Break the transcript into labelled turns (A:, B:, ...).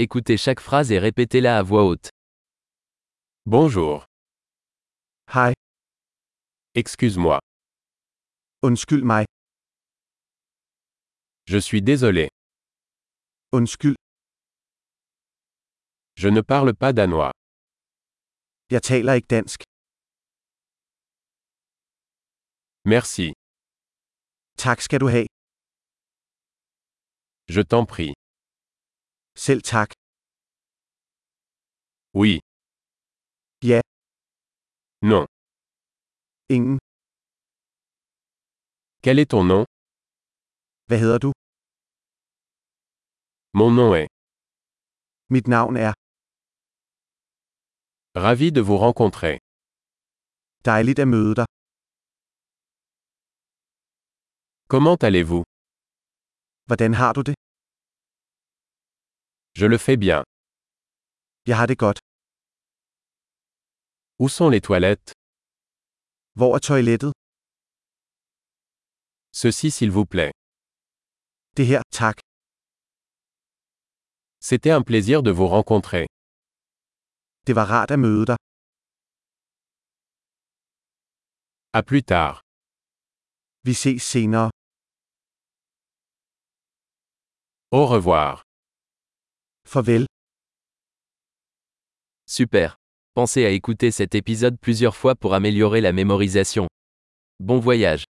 A: Écoutez chaque phrase et répétez-la à voix haute.
B: Bonjour,
C: Hej,
B: excuse-moi,
C: undskyld mig,
B: je suis désolé,
C: undskyld,
B: je ne parle pas danois.
C: jeg taler ikke dansk.
B: Merci,
C: Tak skal du have.
B: je t'en prie.
C: Selv tak.
B: Oui.
C: Yeah.
B: Non.
C: Ingen.
B: Quel est ton nom
C: Hvad hedder du?
B: Mon nom est.
C: Mit navn er.
B: Ravi de vous rencontrer.
C: Dejligt at møde dig.
B: Comment allez-vous
C: Hvordan har du det?
B: Je le fais bien.
C: Jeg har det godt.
B: Où sont les toilettes
C: Hvor er toilettet?
B: Ceci s'il vous plaît.
C: Det her, tak.
B: C'était un plaisir de vous rencontrer.
C: Det var rart at møde dig.
B: À plus tard.
C: Vi ses senere.
B: Au revoir.
C: Farvel.
A: Super. Pensez à écouter cet épisode plusieurs fois pour améliorer la mémorisation. Bon voyage.